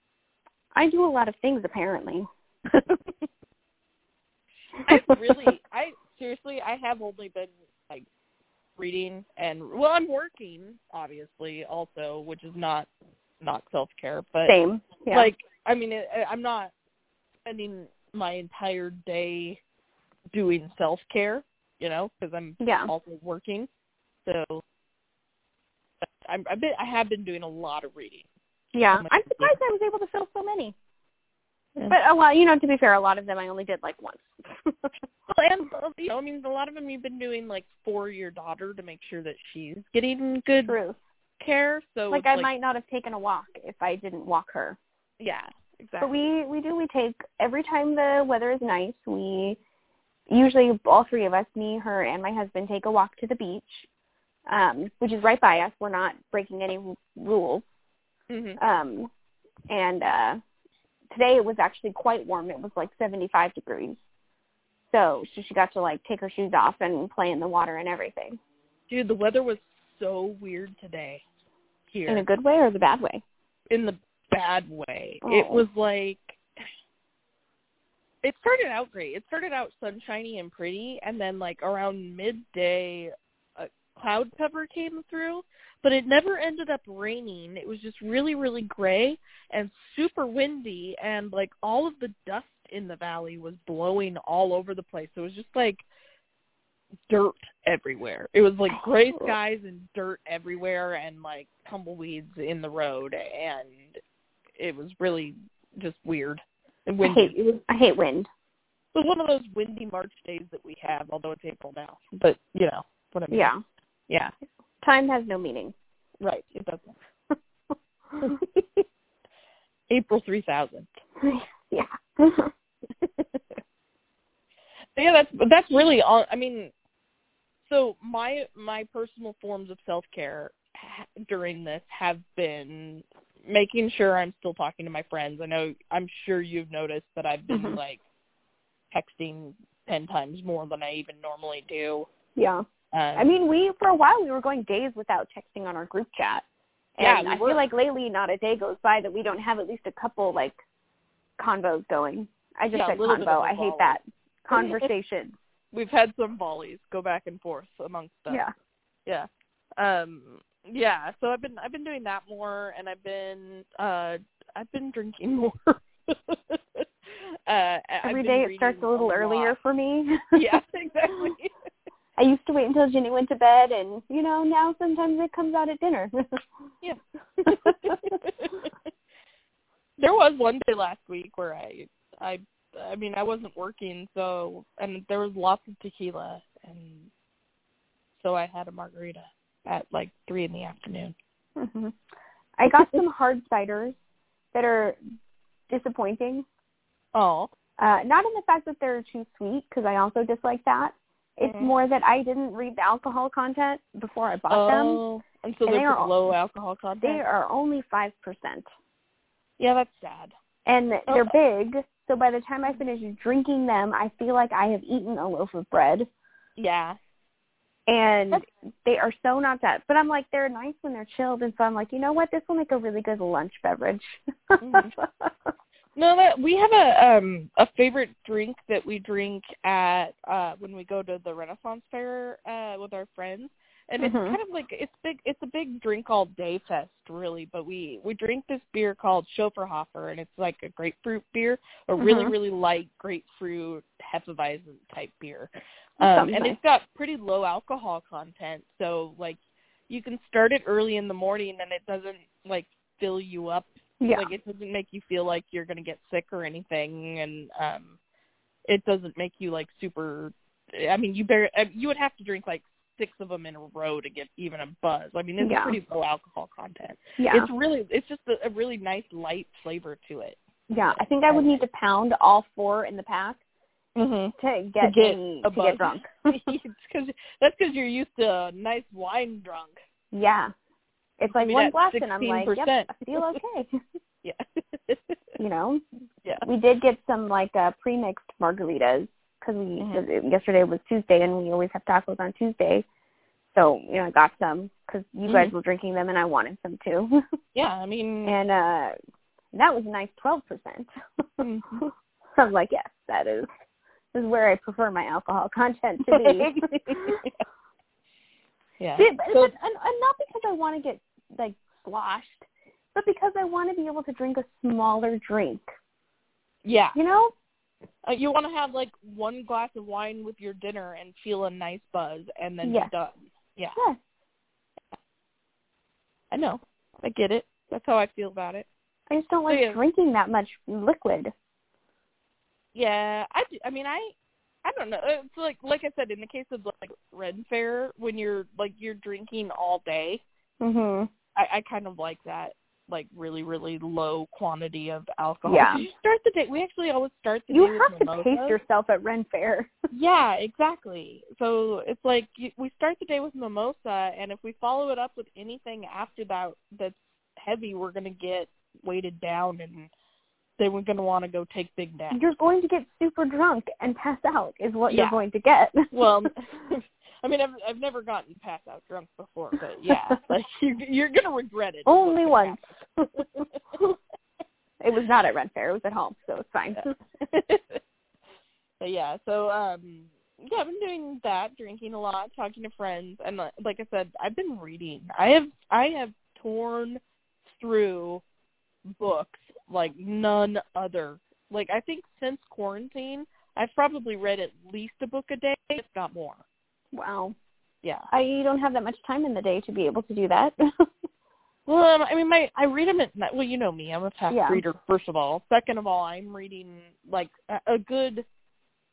S2: I do a lot of things apparently.
S1: I really, I seriously, I have only been like reading and well, I'm working obviously also, which is not not self care, but
S2: same. Yeah.
S1: like I mean, it, I'm not spending my entire day doing self care, you know, because I'm
S2: yeah.
S1: also working. So but I'm, I bit I have been doing a lot of reading.
S2: Yeah.
S1: Something
S2: I'm
S1: like
S2: surprised I was able to fill so many.
S1: Yeah.
S2: But a lot, you know, to be fair, a lot of them I only did like once.
S1: Well, and uh, you know, I mean, a lot of them you've been doing like for your daughter to make sure that she's getting good
S2: True.
S1: care. So
S2: Like
S1: it's
S2: I might not have taken a walk if I didn't walk her.
S1: yeah,
S2: But
S1: exactly.
S2: we we do we take every time the weather is nice, we usually all three of us, me, her, and my husband take a walk to the beach. Um, which is right by us. We're not breaking any r- rules.
S1: Mhm.
S2: Um, and uh, today it was actually quite warm. It was like 75 degrees. So she, she got to like take her shoes off and play in the water and everything.
S1: Dude, the weather was so weird today here
S2: In a good way or the bad way?
S1: in the bad way. It
S2: Oh.
S1: was like it started out great. It started out sunshiny and pretty, and then like around midday, a cloud cover came through, but it never ended up raining. It was just really, really gray and super windy, and like all of the dust in the valley was blowing all over the place. It was just like dirt everywhere. It was like gray skies and dirt everywhere and like tumbleweeds in the road and it was really just weird and
S2: I
S1: windy.
S2: hate,
S1: It was,
S2: I hate wind.
S1: it was one of those windy March days that we have, although it's April now. But you know what I mean.
S2: Yeah.
S1: Yeah.
S2: Time has no meaning.
S1: Right. It doesn't. April three thousand.
S2: yeah.
S1: yeah, that's that's really all. I mean, so my my personal forms of self care during this have been making sure I'm still talking to my friends. I know I'm sure you've noticed that I've been
S2: Mhm.
S1: like texting ten times more than I even normally do.
S2: yeah.
S1: Um,
S2: I mean, we for a while we were going days without texting on our group chat. And
S1: Yeah, we
S2: I
S1: were.
S2: feel like lately not a day goes by that we don't have at least a couple like convos going. I just
S1: Yeah, a
S2: said
S1: little bit
S2: convo.
S1: of a
S2: I hate
S1: volley.
S2: that. Conversation.
S1: we've had some volleys go back and forth amongst us.
S2: yeah.
S1: yeah um yeah so i've been i've been doing that more and i've been uh i've been drinking more uh
S2: Every day it starts a little earlier for me.
S1: yeah exactly
S2: I used to wait until Jenny went to bed and, you know, now sometimes it comes out at dinner.
S1: yeah there was one day last week where i i i mean i wasn't working so and there was lots of tequila and so i had a margarita at like three in the afternoon
S2: Mhm. I got some hard ciders that are disappointing.
S1: oh
S2: Uh, not in the fact that they're too sweet, because I also dislike that. It's
S1: Mhm.
S2: more that I didn't read the alcohol content before I bought them.
S1: oh and so
S2: And
S1: there's
S2: they are-
S1: low alcohol content
S2: They are only five percent,
S1: Yeah, that's sad.
S2: and they're
S1: Oh.
S2: big. So by the time I finish drinking them, I feel like I have eaten a loaf of bread,
S1: Yeah.
S2: and they are so not that. But I'm like, they're nice when they're chilled, and so I'm like, you know what? This will make a really good lunch beverage.
S1: Mhm. No, that we have a um a favorite drink that we drink at uh when we go to the Renaissance Fair uh with our friends. And it's
S2: Mhm.
S1: kind of like it's big it's a big drink all day fest really, but we we drink this beer called Schoferhofer and it's like a grapefruit beer, a really
S2: Mhm.
S1: really light grapefruit Hefeweizen type beer. Um
S2: That sounds
S1: and
S2: nice.
S1: it's got pretty low alcohol content, so like you can start it early in the morning and it doesn't like fill you up
S2: yeah.
S1: like it doesn't make you feel like you're going to get sick or anything and um it doesn't make you like super i mean you bear um, you would have to drink like six of them in a row to get even a buzz i mean it's
S2: Yeah.
S1: pretty low alcohol content
S2: yeah.
S1: it's really it's just a, a really nice light flavor to it
S2: Yeah, I think I would need to pound all four in the pack
S1: mhm
S2: to get
S1: get
S2: me,
S1: a
S2: to
S1: buzz.
S2: get drunk.
S1: cause, that's because you're used to nice wine drunk
S2: yeah, it's like
S1: mean,
S2: one
S1: at
S2: glass, and I'm like, yep,
S1: 16%.
S2: I feel okay.
S1: yeah
S2: you know,
S1: yeah
S2: we did get some like uh, pre-mixed margaritas because we
S1: Mhm.
S2: yesterday was Tuesday and we always have tacos on Tuesday, so you know I got some because you guys
S1: Mhm.
S2: were drinking them and I wanted some too,
S1: Yeah, I mean,
S2: and uh that was a nice twelve percent.
S1: Mhm.
S2: So I'm like, yes, that is this is where I prefer my alcohol content to be.
S1: yeah.
S2: Yeah, but,
S1: So-
S2: but and, and not because I want to get like sloshed, but because I want to be able to drink a smaller drink.
S1: yeah.
S2: You know,
S1: Uh, you want to have like one glass of wine with your dinner and feel a nice buzz, and then
S2: Yes.
S1: be done. Yeah,
S2: yeah,
S1: I know. I get it. That's how I feel about it.
S2: I just don't like
S1: Yeah.
S2: drinking that much liquid.
S1: Yeah, I. do- I mean, I. I don't know. It's like like I said in the case of like Red Fair, when you're like you're drinking all day, Mm-hmm.
S2: Mhm.
S1: I, I kind of like that, like really, really low quantity of alcohol.
S2: Yeah.
S1: You start the day. We actually always start the
S2: You
S1: day
S2: have
S1: with
S2: to
S1: mimosas.
S2: pace yourself at Ren Fair.
S1: Yeah, exactly. So it's like you, we start the day with mimosa, and if we follow it up with anything after that that's heavy, we're gonna get weighted down, and then we're gonna want to go take big naps.
S2: You're going to get super drunk and pass out is what you're
S1: Yeah.
S2: going to get.
S1: well, I mean, I've I've never gotten pass out drunk before, but yeah, like you, you're gonna regret it. is what's
S2: Only
S1: gonna
S2: once.
S1: happen.
S2: It was not at Ren Fair. It was at home, so it's fine.
S1: but yeah, so um yeah, I've been doing that, drinking a lot, talking to friends, and li- like I said, I've been reading. I have I have torn through books like none other. Like I think since quarantine, I've probably read at least a book a day, if not more.
S2: Wow.
S1: Yeah.
S2: I don't have that much time in the day to be able to do that.
S1: Well, um, I mean, my I read them at night. Well, you know me; I'm a fast
S2: Yeah.
S1: reader. First of all, second of all, I'm reading like a, a good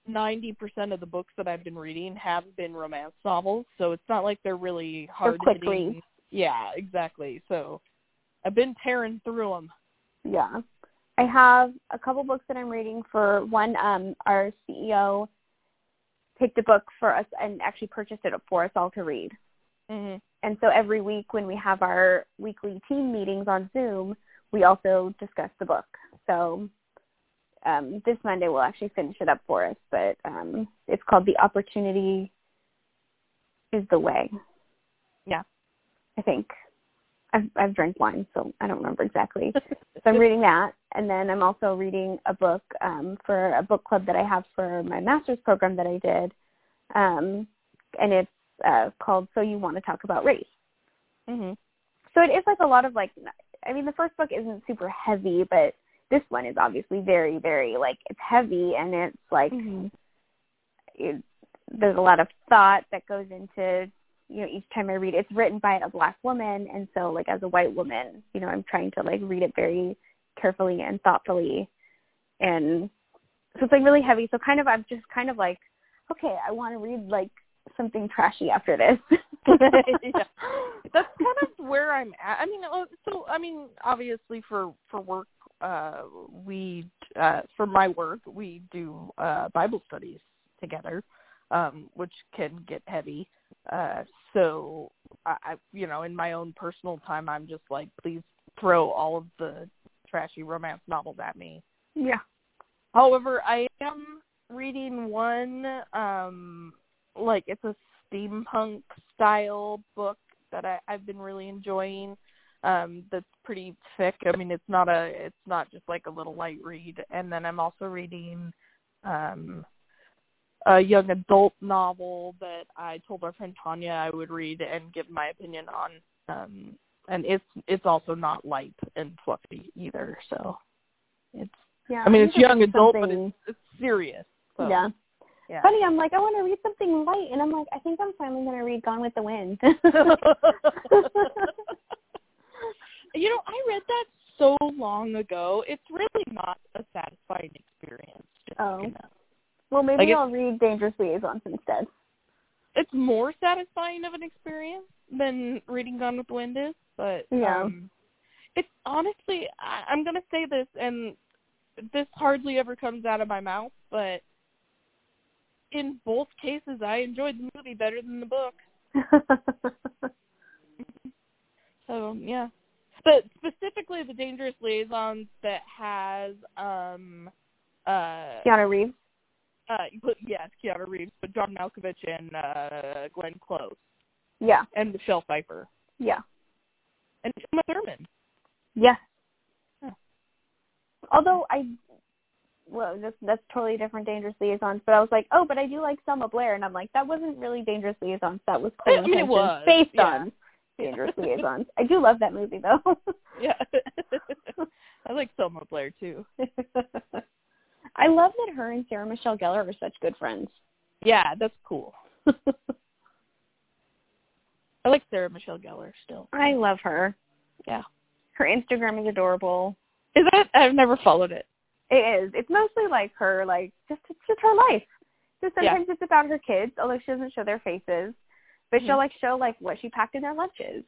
S1: ninety percent of the books that I've been reading have been romance novels, so it's not like they're really hard
S2: quick reads.
S1: Yeah, exactly. So I've been tearing through them.
S2: Yeah. I have a couple books that I'm reading for one um our CEO picked a book for us and actually purchased it for us all to read.
S1: Mm-hmm.
S2: And so every week when we have our weekly team meetings on Zoom, we also discuss the book. So um this Monday we'll actually finish it up for us, but um it's called The Opportunity is the Way.
S1: Yeah.
S2: I think. I've I've drank wine, so I don't remember exactly. So I'm reading that, and then I'm also reading a book um, for a book club that I have for my master's program that I did, um, and it's uh, called "So You Want to Talk About Race."
S1: hmm
S2: So it is like a lot of like, I mean, the first book isn't super heavy, but this one is obviously very, very like it's heavy, and it's like
S1: hmm
S2: it, there's a lot of thought that goes into you know each time I read it. It's written by a black woman, and so like as a white woman, you know, I'm trying to like read it very carefully and thoughtfully, and so it's like really heavy. So kind of I'm just kind of like, okay, I want to read like something trashy after this.
S1: Yeah. That's kind of where I'm at. I mean, uh, so I mean, obviously for for work, uh, we uh, for my work we do uh, Bible studies together, um, which can get heavy. Uh, so I, I, you know, in my own personal time, I'm just like, please throw all of the trashy romance novels at me.
S2: yeah.
S1: However, I am reading one um like it's a steampunk style book that I, I've been really enjoying. Um, that's pretty thick. I mean it's not a it's not just like a little light read. And then I'm also reading um a young adult novel that I told our friend Tanya I would read and give my opinion on. Um and it's it's also not light and fluffy either, so it's
S2: Yeah.
S1: I mean, it's
S2: need to
S1: young
S2: read
S1: adult, but
S2: something-
S1: it's, it's serious. So,
S2: yeah.
S1: yeah.
S2: Funny, I'm like, I want to read something light, and I'm like, I think I'm finally gonna read Gone with the Wind.
S1: you know, I read that so long ago. It's really not a satisfying experience. just so
S2: Oh.
S1: you know.
S2: well, maybe
S1: Like, it's-
S2: I'll read Dangerous Liaisons instead.
S1: It's more satisfying of an experience than reading Gone with the Wind is, but
S2: Yeah.
S1: um, it's honestly, I, I'm going to say this, and this hardly ever comes out of my mouth, but in both cases, I enjoyed the movie better than the book. So yeah, but specifically the dangerous liaisons that has um uh
S2: Keanu Reeves.
S1: uh but yes, Keanu Reeves, but John Malkovich and uh Glenn Close
S2: Yeah.
S1: and Michelle Pfeiffer
S2: Yeah.
S1: and Uma Thurman.
S2: Yes.
S1: Huh.
S2: Although I, well, that's that's totally different. Dangerous Liaisons, but I was like, oh, but I do like Selma Blair, and I'm like, that wasn't really Dangerous Liaisons. That was Cole
S1: I mean, it
S2: Hampton's
S1: was,
S2: based
S1: yeah.
S2: on Dangerous Liaisons. I do love that movie though.
S1: Yeah. I like Selma Blair too.
S2: I love that her and Sarah Michelle Gellar are such good friends.
S1: Yeah, that's cool. I like Sarah Michelle Gellar still.
S2: I love her.
S1: Yeah.
S2: Her Instagram is adorable.
S1: Is that I've never followed it.
S2: It is. It's mostly like her, like just it's just her life. So
S1: Yeah.
S2: sometimes it's about her kids, although she doesn't show their faces, but she'll
S1: Mhm.
S2: like show like what she packed in their lunches,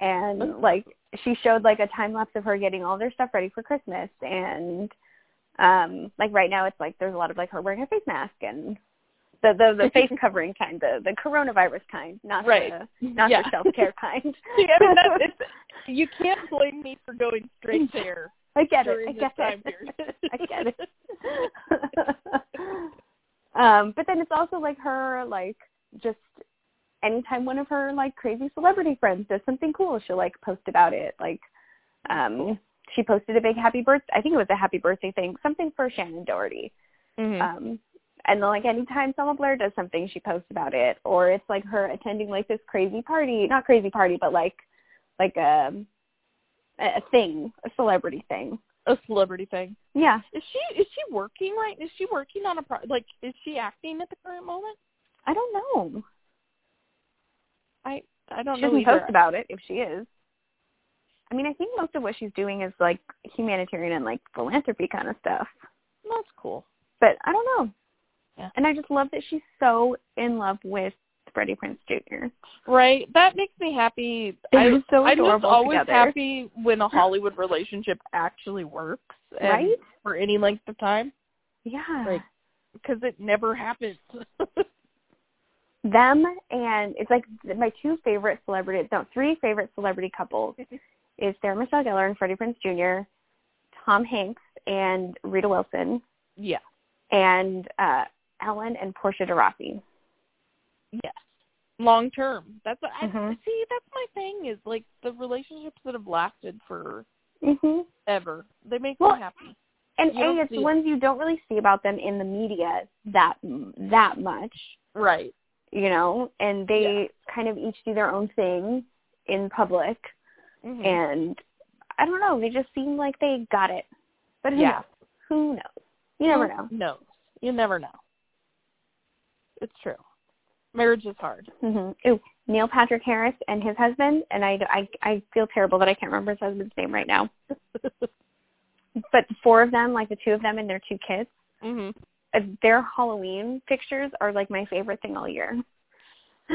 S2: and
S1: Oh.
S2: like she showed like a time lapse of her getting all their stuff ready for Christmas, and um like right now it's like there's a lot of like her wearing a face mask and the the, the face covering kind, the the coronavirus kind, not
S1: Right.
S2: the not
S1: yeah.
S2: the self care kind.
S1: See, I mean, that, it's, you can't blame me for going straight there
S2: I get it.
S1: during
S2: I
S1: this
S2: get
S1: time
S2: it.
S1: period.
S2: I get it. um, but then it's also like her like just anytime one of her like crazy celebrity friends does something cool, she'll like post about it. Like um she posted a big happy birth I think it was a happy birthday thing, something for Shannon Doherty.
S1: Mhm.
S2: Um and then like anytime Selma Blair does something she posts about it. Or it's like her attending like this crazy party not crazy party, but like like um a a thing, a celebrity thing.
S1: a celebrity thing.
S2: Yeah.
S1: Is she is she working right? Is she working on a pro- like? Is she acting at the current moment?
S2: I don't know.
S1: I I don't
S2: She
S1: know
S2: doesn't
S1: either.
S2: post about it if she is. I mean, I think most of what she's doing is like humanitarian and like philanthropy kind of stuff.
S1: That's cool.
S2: But I don't know.
S1: Yeah.
S2: And I just love that she's so in love with Freddie Prince Jr.
S1: Right. That makes me happy.
S2: They
S1: I,
S2: were so
S1: I'm just
S2: adorable
S1: always
S2: together.
S1: happy when a Hollywood relationship actually works, and
S2: Right?
S1: For any length of time,
S2: Yeah.
S1: Like- because it never happens.
S2: Them and it's like th- my two favorite celebrity, no, three favorite celebrity couples
S1: Mm-hmm.
S2: is Sarah Michelle Gellar and Freddie Prince Jr., Tom Hanks and Rita Wilson,
S1: yeah.
S2: and uh Ellen and Portia de Rossi.
S1: Yes. Long term. That's what I
S2: Mhm.
S1: see. That's my thing. Is like the relationships that have lasted for Mm-hmm.
S2: Mhm.
S1: ever. They make
S2: Well,
S1: me happy.
S2: And
S1: You don't
S2: a, it's
S1: see
S2: the
S1: it.
S2: ones you don't really see about them in the media that that much,
S1: Right.
S2: you know. And they kind of each do their own thing in public,
S1: hmm
S2: and I don't know. They just seem like they got it, but who
S1: yeah. Hmm.
S2: knows? Who knows? You never know.
S1: No, you never know. It's true. Marriage is hard.
S2: Mm-hmm. Ooh, Neil Patrick Harris and his husband, and I, I I feel terrible that I can't remember his husband's name right now. but the four of them, like the two of them and their two kids,
S1: Mhm.
S2: uh, their Halloween pictures are like my favorite thing all year.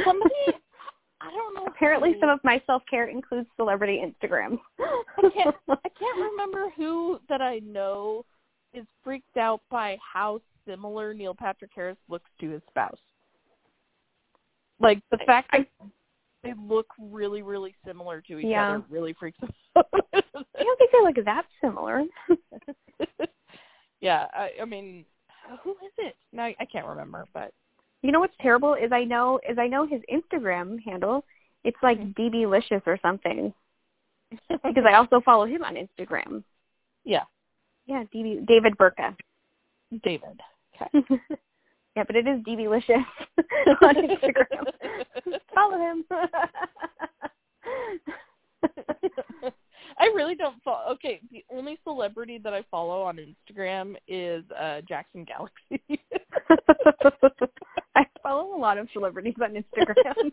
S1: Somebody, I don't know.
S2: Apparently,
S1: who-
S2: some of my self care includes celebrity Instagram.
S1: I can't. I can't remember who that I know is freaked out by how similar Neil Patrick Harris looks to his spouse. Like the
S2: I-
S1: fact that
S2: I-
S1: they look really, really similar to each
S2: Yeah.
S1: other really freaks me out.
S2: I don't think they look that similar.
S1: yeah, I, I mean, who is it? No, I I can't remember, but
S2: You know what's terrible is I know is I know his Instagram handle. It's like
S1: Mm-hmm.
S2: DBlicious or something because I also follow him on Instagram.
S1: yeah,
S2: Yeah, DB David Burka.
S1: David. Okay.
S2: yeah, but it is DBlicious on Instagram. follow him.
S1: I really don't follow. Okay, the only celebrity that I follow on Instagram is uh Jackson Galaxy.
S2: I follow a lot of celebrities on Instagram.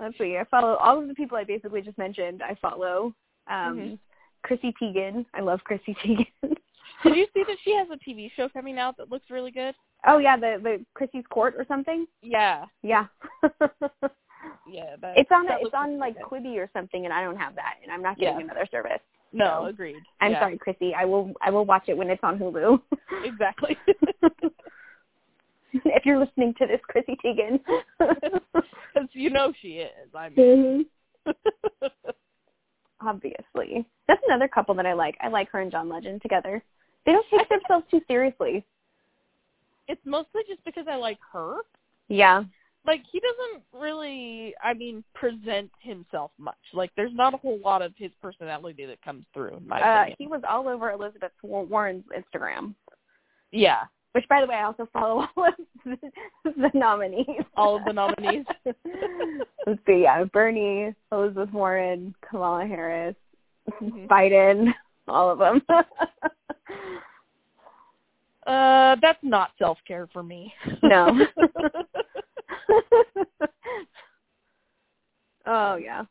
S2: Let's see. I follow all of the people I basically just mentioned. I follow um
S1: Mhm.
S2: Chrissy Teigen. I love Chrissy Teigen.
S1: Did you see that she has a TV show coming out that looks really good?
S2: oh yeah, the the Chrissy's Court or something.
S1: Yeah,
S2: Yeah.
S1: yeah. That,
S2: it's on
S1: that
S2: it's
S1: looks
S2: on
S1: really
S2: like
S1: good.
S2: Quibi or something, and I don't have that, and I'm not
S1: Yeah.
S2: getting another service.
S1: no,
S2: so.
S1: agreed.
S2: I'm
S1: Yeah,
S2: sorry, Chrissy. I will I will watch it when it's on Hulu.
S1: Exactly.
S2: if you're listening to this, Chrissy Teigen.
S1: 'Cause you know she is. I mean,
S2: Mhm. Obviously, that's another couple that I like. I like her and John Legend together. They don't take themselves too seriously.
S1: It's mostly just because I like her.
S2: Yeah.
S1: Like he doesn't really, I mean, present himself much. Like there's not a whole lot of his personality that comes through. In my
S2: Uh,
S1: opinion.
S2: he was all over Elizabeth Wa- Warren's Instagram,
S1: yeah,
S2: which, by the way, I also follow all of the, the nominees.
S1: all of the nominees.
S2: Let's see. Yeah, Bernie, Elizabeth Warren, Kamala Harris,
S1: Mhm.
S2: Mm-hmm. Biden, all of them.
S1: Uh, that's not self care for me.
S2: No. oh yeah.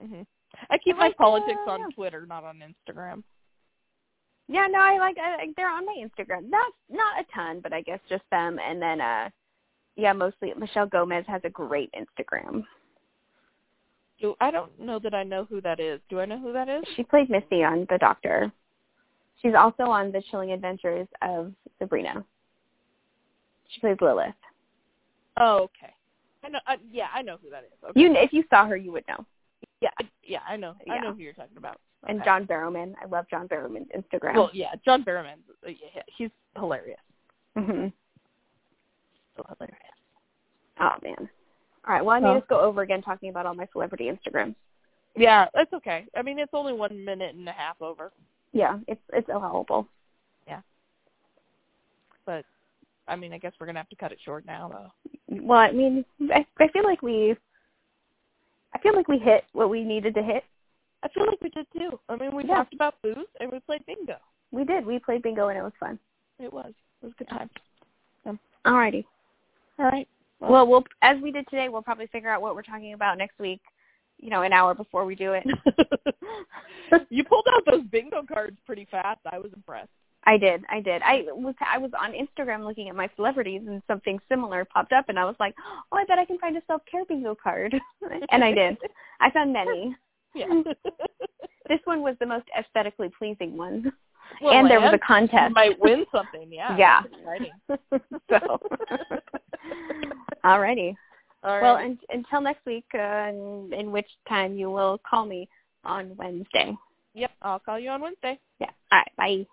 S1: hmm I keep
S2: I
S1: my
S2: like,
S1: politics
S2: uh,
S1: on
S2: yeah.
S1: Twitter, not on Instagram.
S2: Yeah, no, I like I, like- they're on my Instagram. Not not a ton, but I guess just them. And then, uh, yeah, mostly Michelle Gomez has a great Instagram.
S1: Do I don't know that I know who that is. Do I know who that is?
S2: She played Missy on The Doctor. She's also on The Chilling Adventures of Sabrina. She plays Lilith.
S1: Oh, okay. I know. I, yeah, I know who that is. Okay.
S2: You, if you saw her, you would know.
S1: yeah, I, yeah, I know. I
S2: Yeah.
S1: know who you're talking about.
S2: And
S1: Okay.
S2: John Barrowman. I love John Barrowman's Instagram.
S1: Well, yeah, John Barrowman. uh, Yeah, he's hilarious.
S2: hmm
S1: So hilarious.
S2: Oh man. All right. Well, I made
S1: Well-
S2: us go over again talking about all my celebrity Instagrams.
S1: Yeah, it's okay. I mean, it's only one minute and a half over,
S2: Yeah, it's it's allowable.
S1: but I mean, I guess we're gonna have to cut it short now, though.
S2: Well, I mean, I, I feel like we, I feel like we hit what we needed to hit.
S1: I feel like we did too. I mean, we
S2: Yeah.
S1: talked about booze and we played bingo.
S2: We did. We played bingo and it was fun.
S1: It was it was a good time.
S2: Alrighty.
S1: All right. Well-
S2: Well, we'll as we did today, we'll probably figure out what we're talking about next week. You know, an hour before we do it.
S1: you pulled out those bingo cards pretty fast. I was impressed.
S2: I did. I did. I was I was on Instagram looking at my celebrities and something similar popped up and I was like, "Oh, I bet I can find a self-care bingo card." and I did. I found many.
S1: Yeah.
S2: This one was the most aesthetically pleasing one.
S1: Well,
S2: and there was a contest.
S1: you might win something. Yeah.
S2: Yeah.
S1: That's Exciting.
S2: so Alrighty.
S1: All right.
S2: Well, un until next week, uh, in, in which time you will call me on Wednesday.
S1: yep. I'll call you on Wednesday.
S2: Yeah. All right. Bye.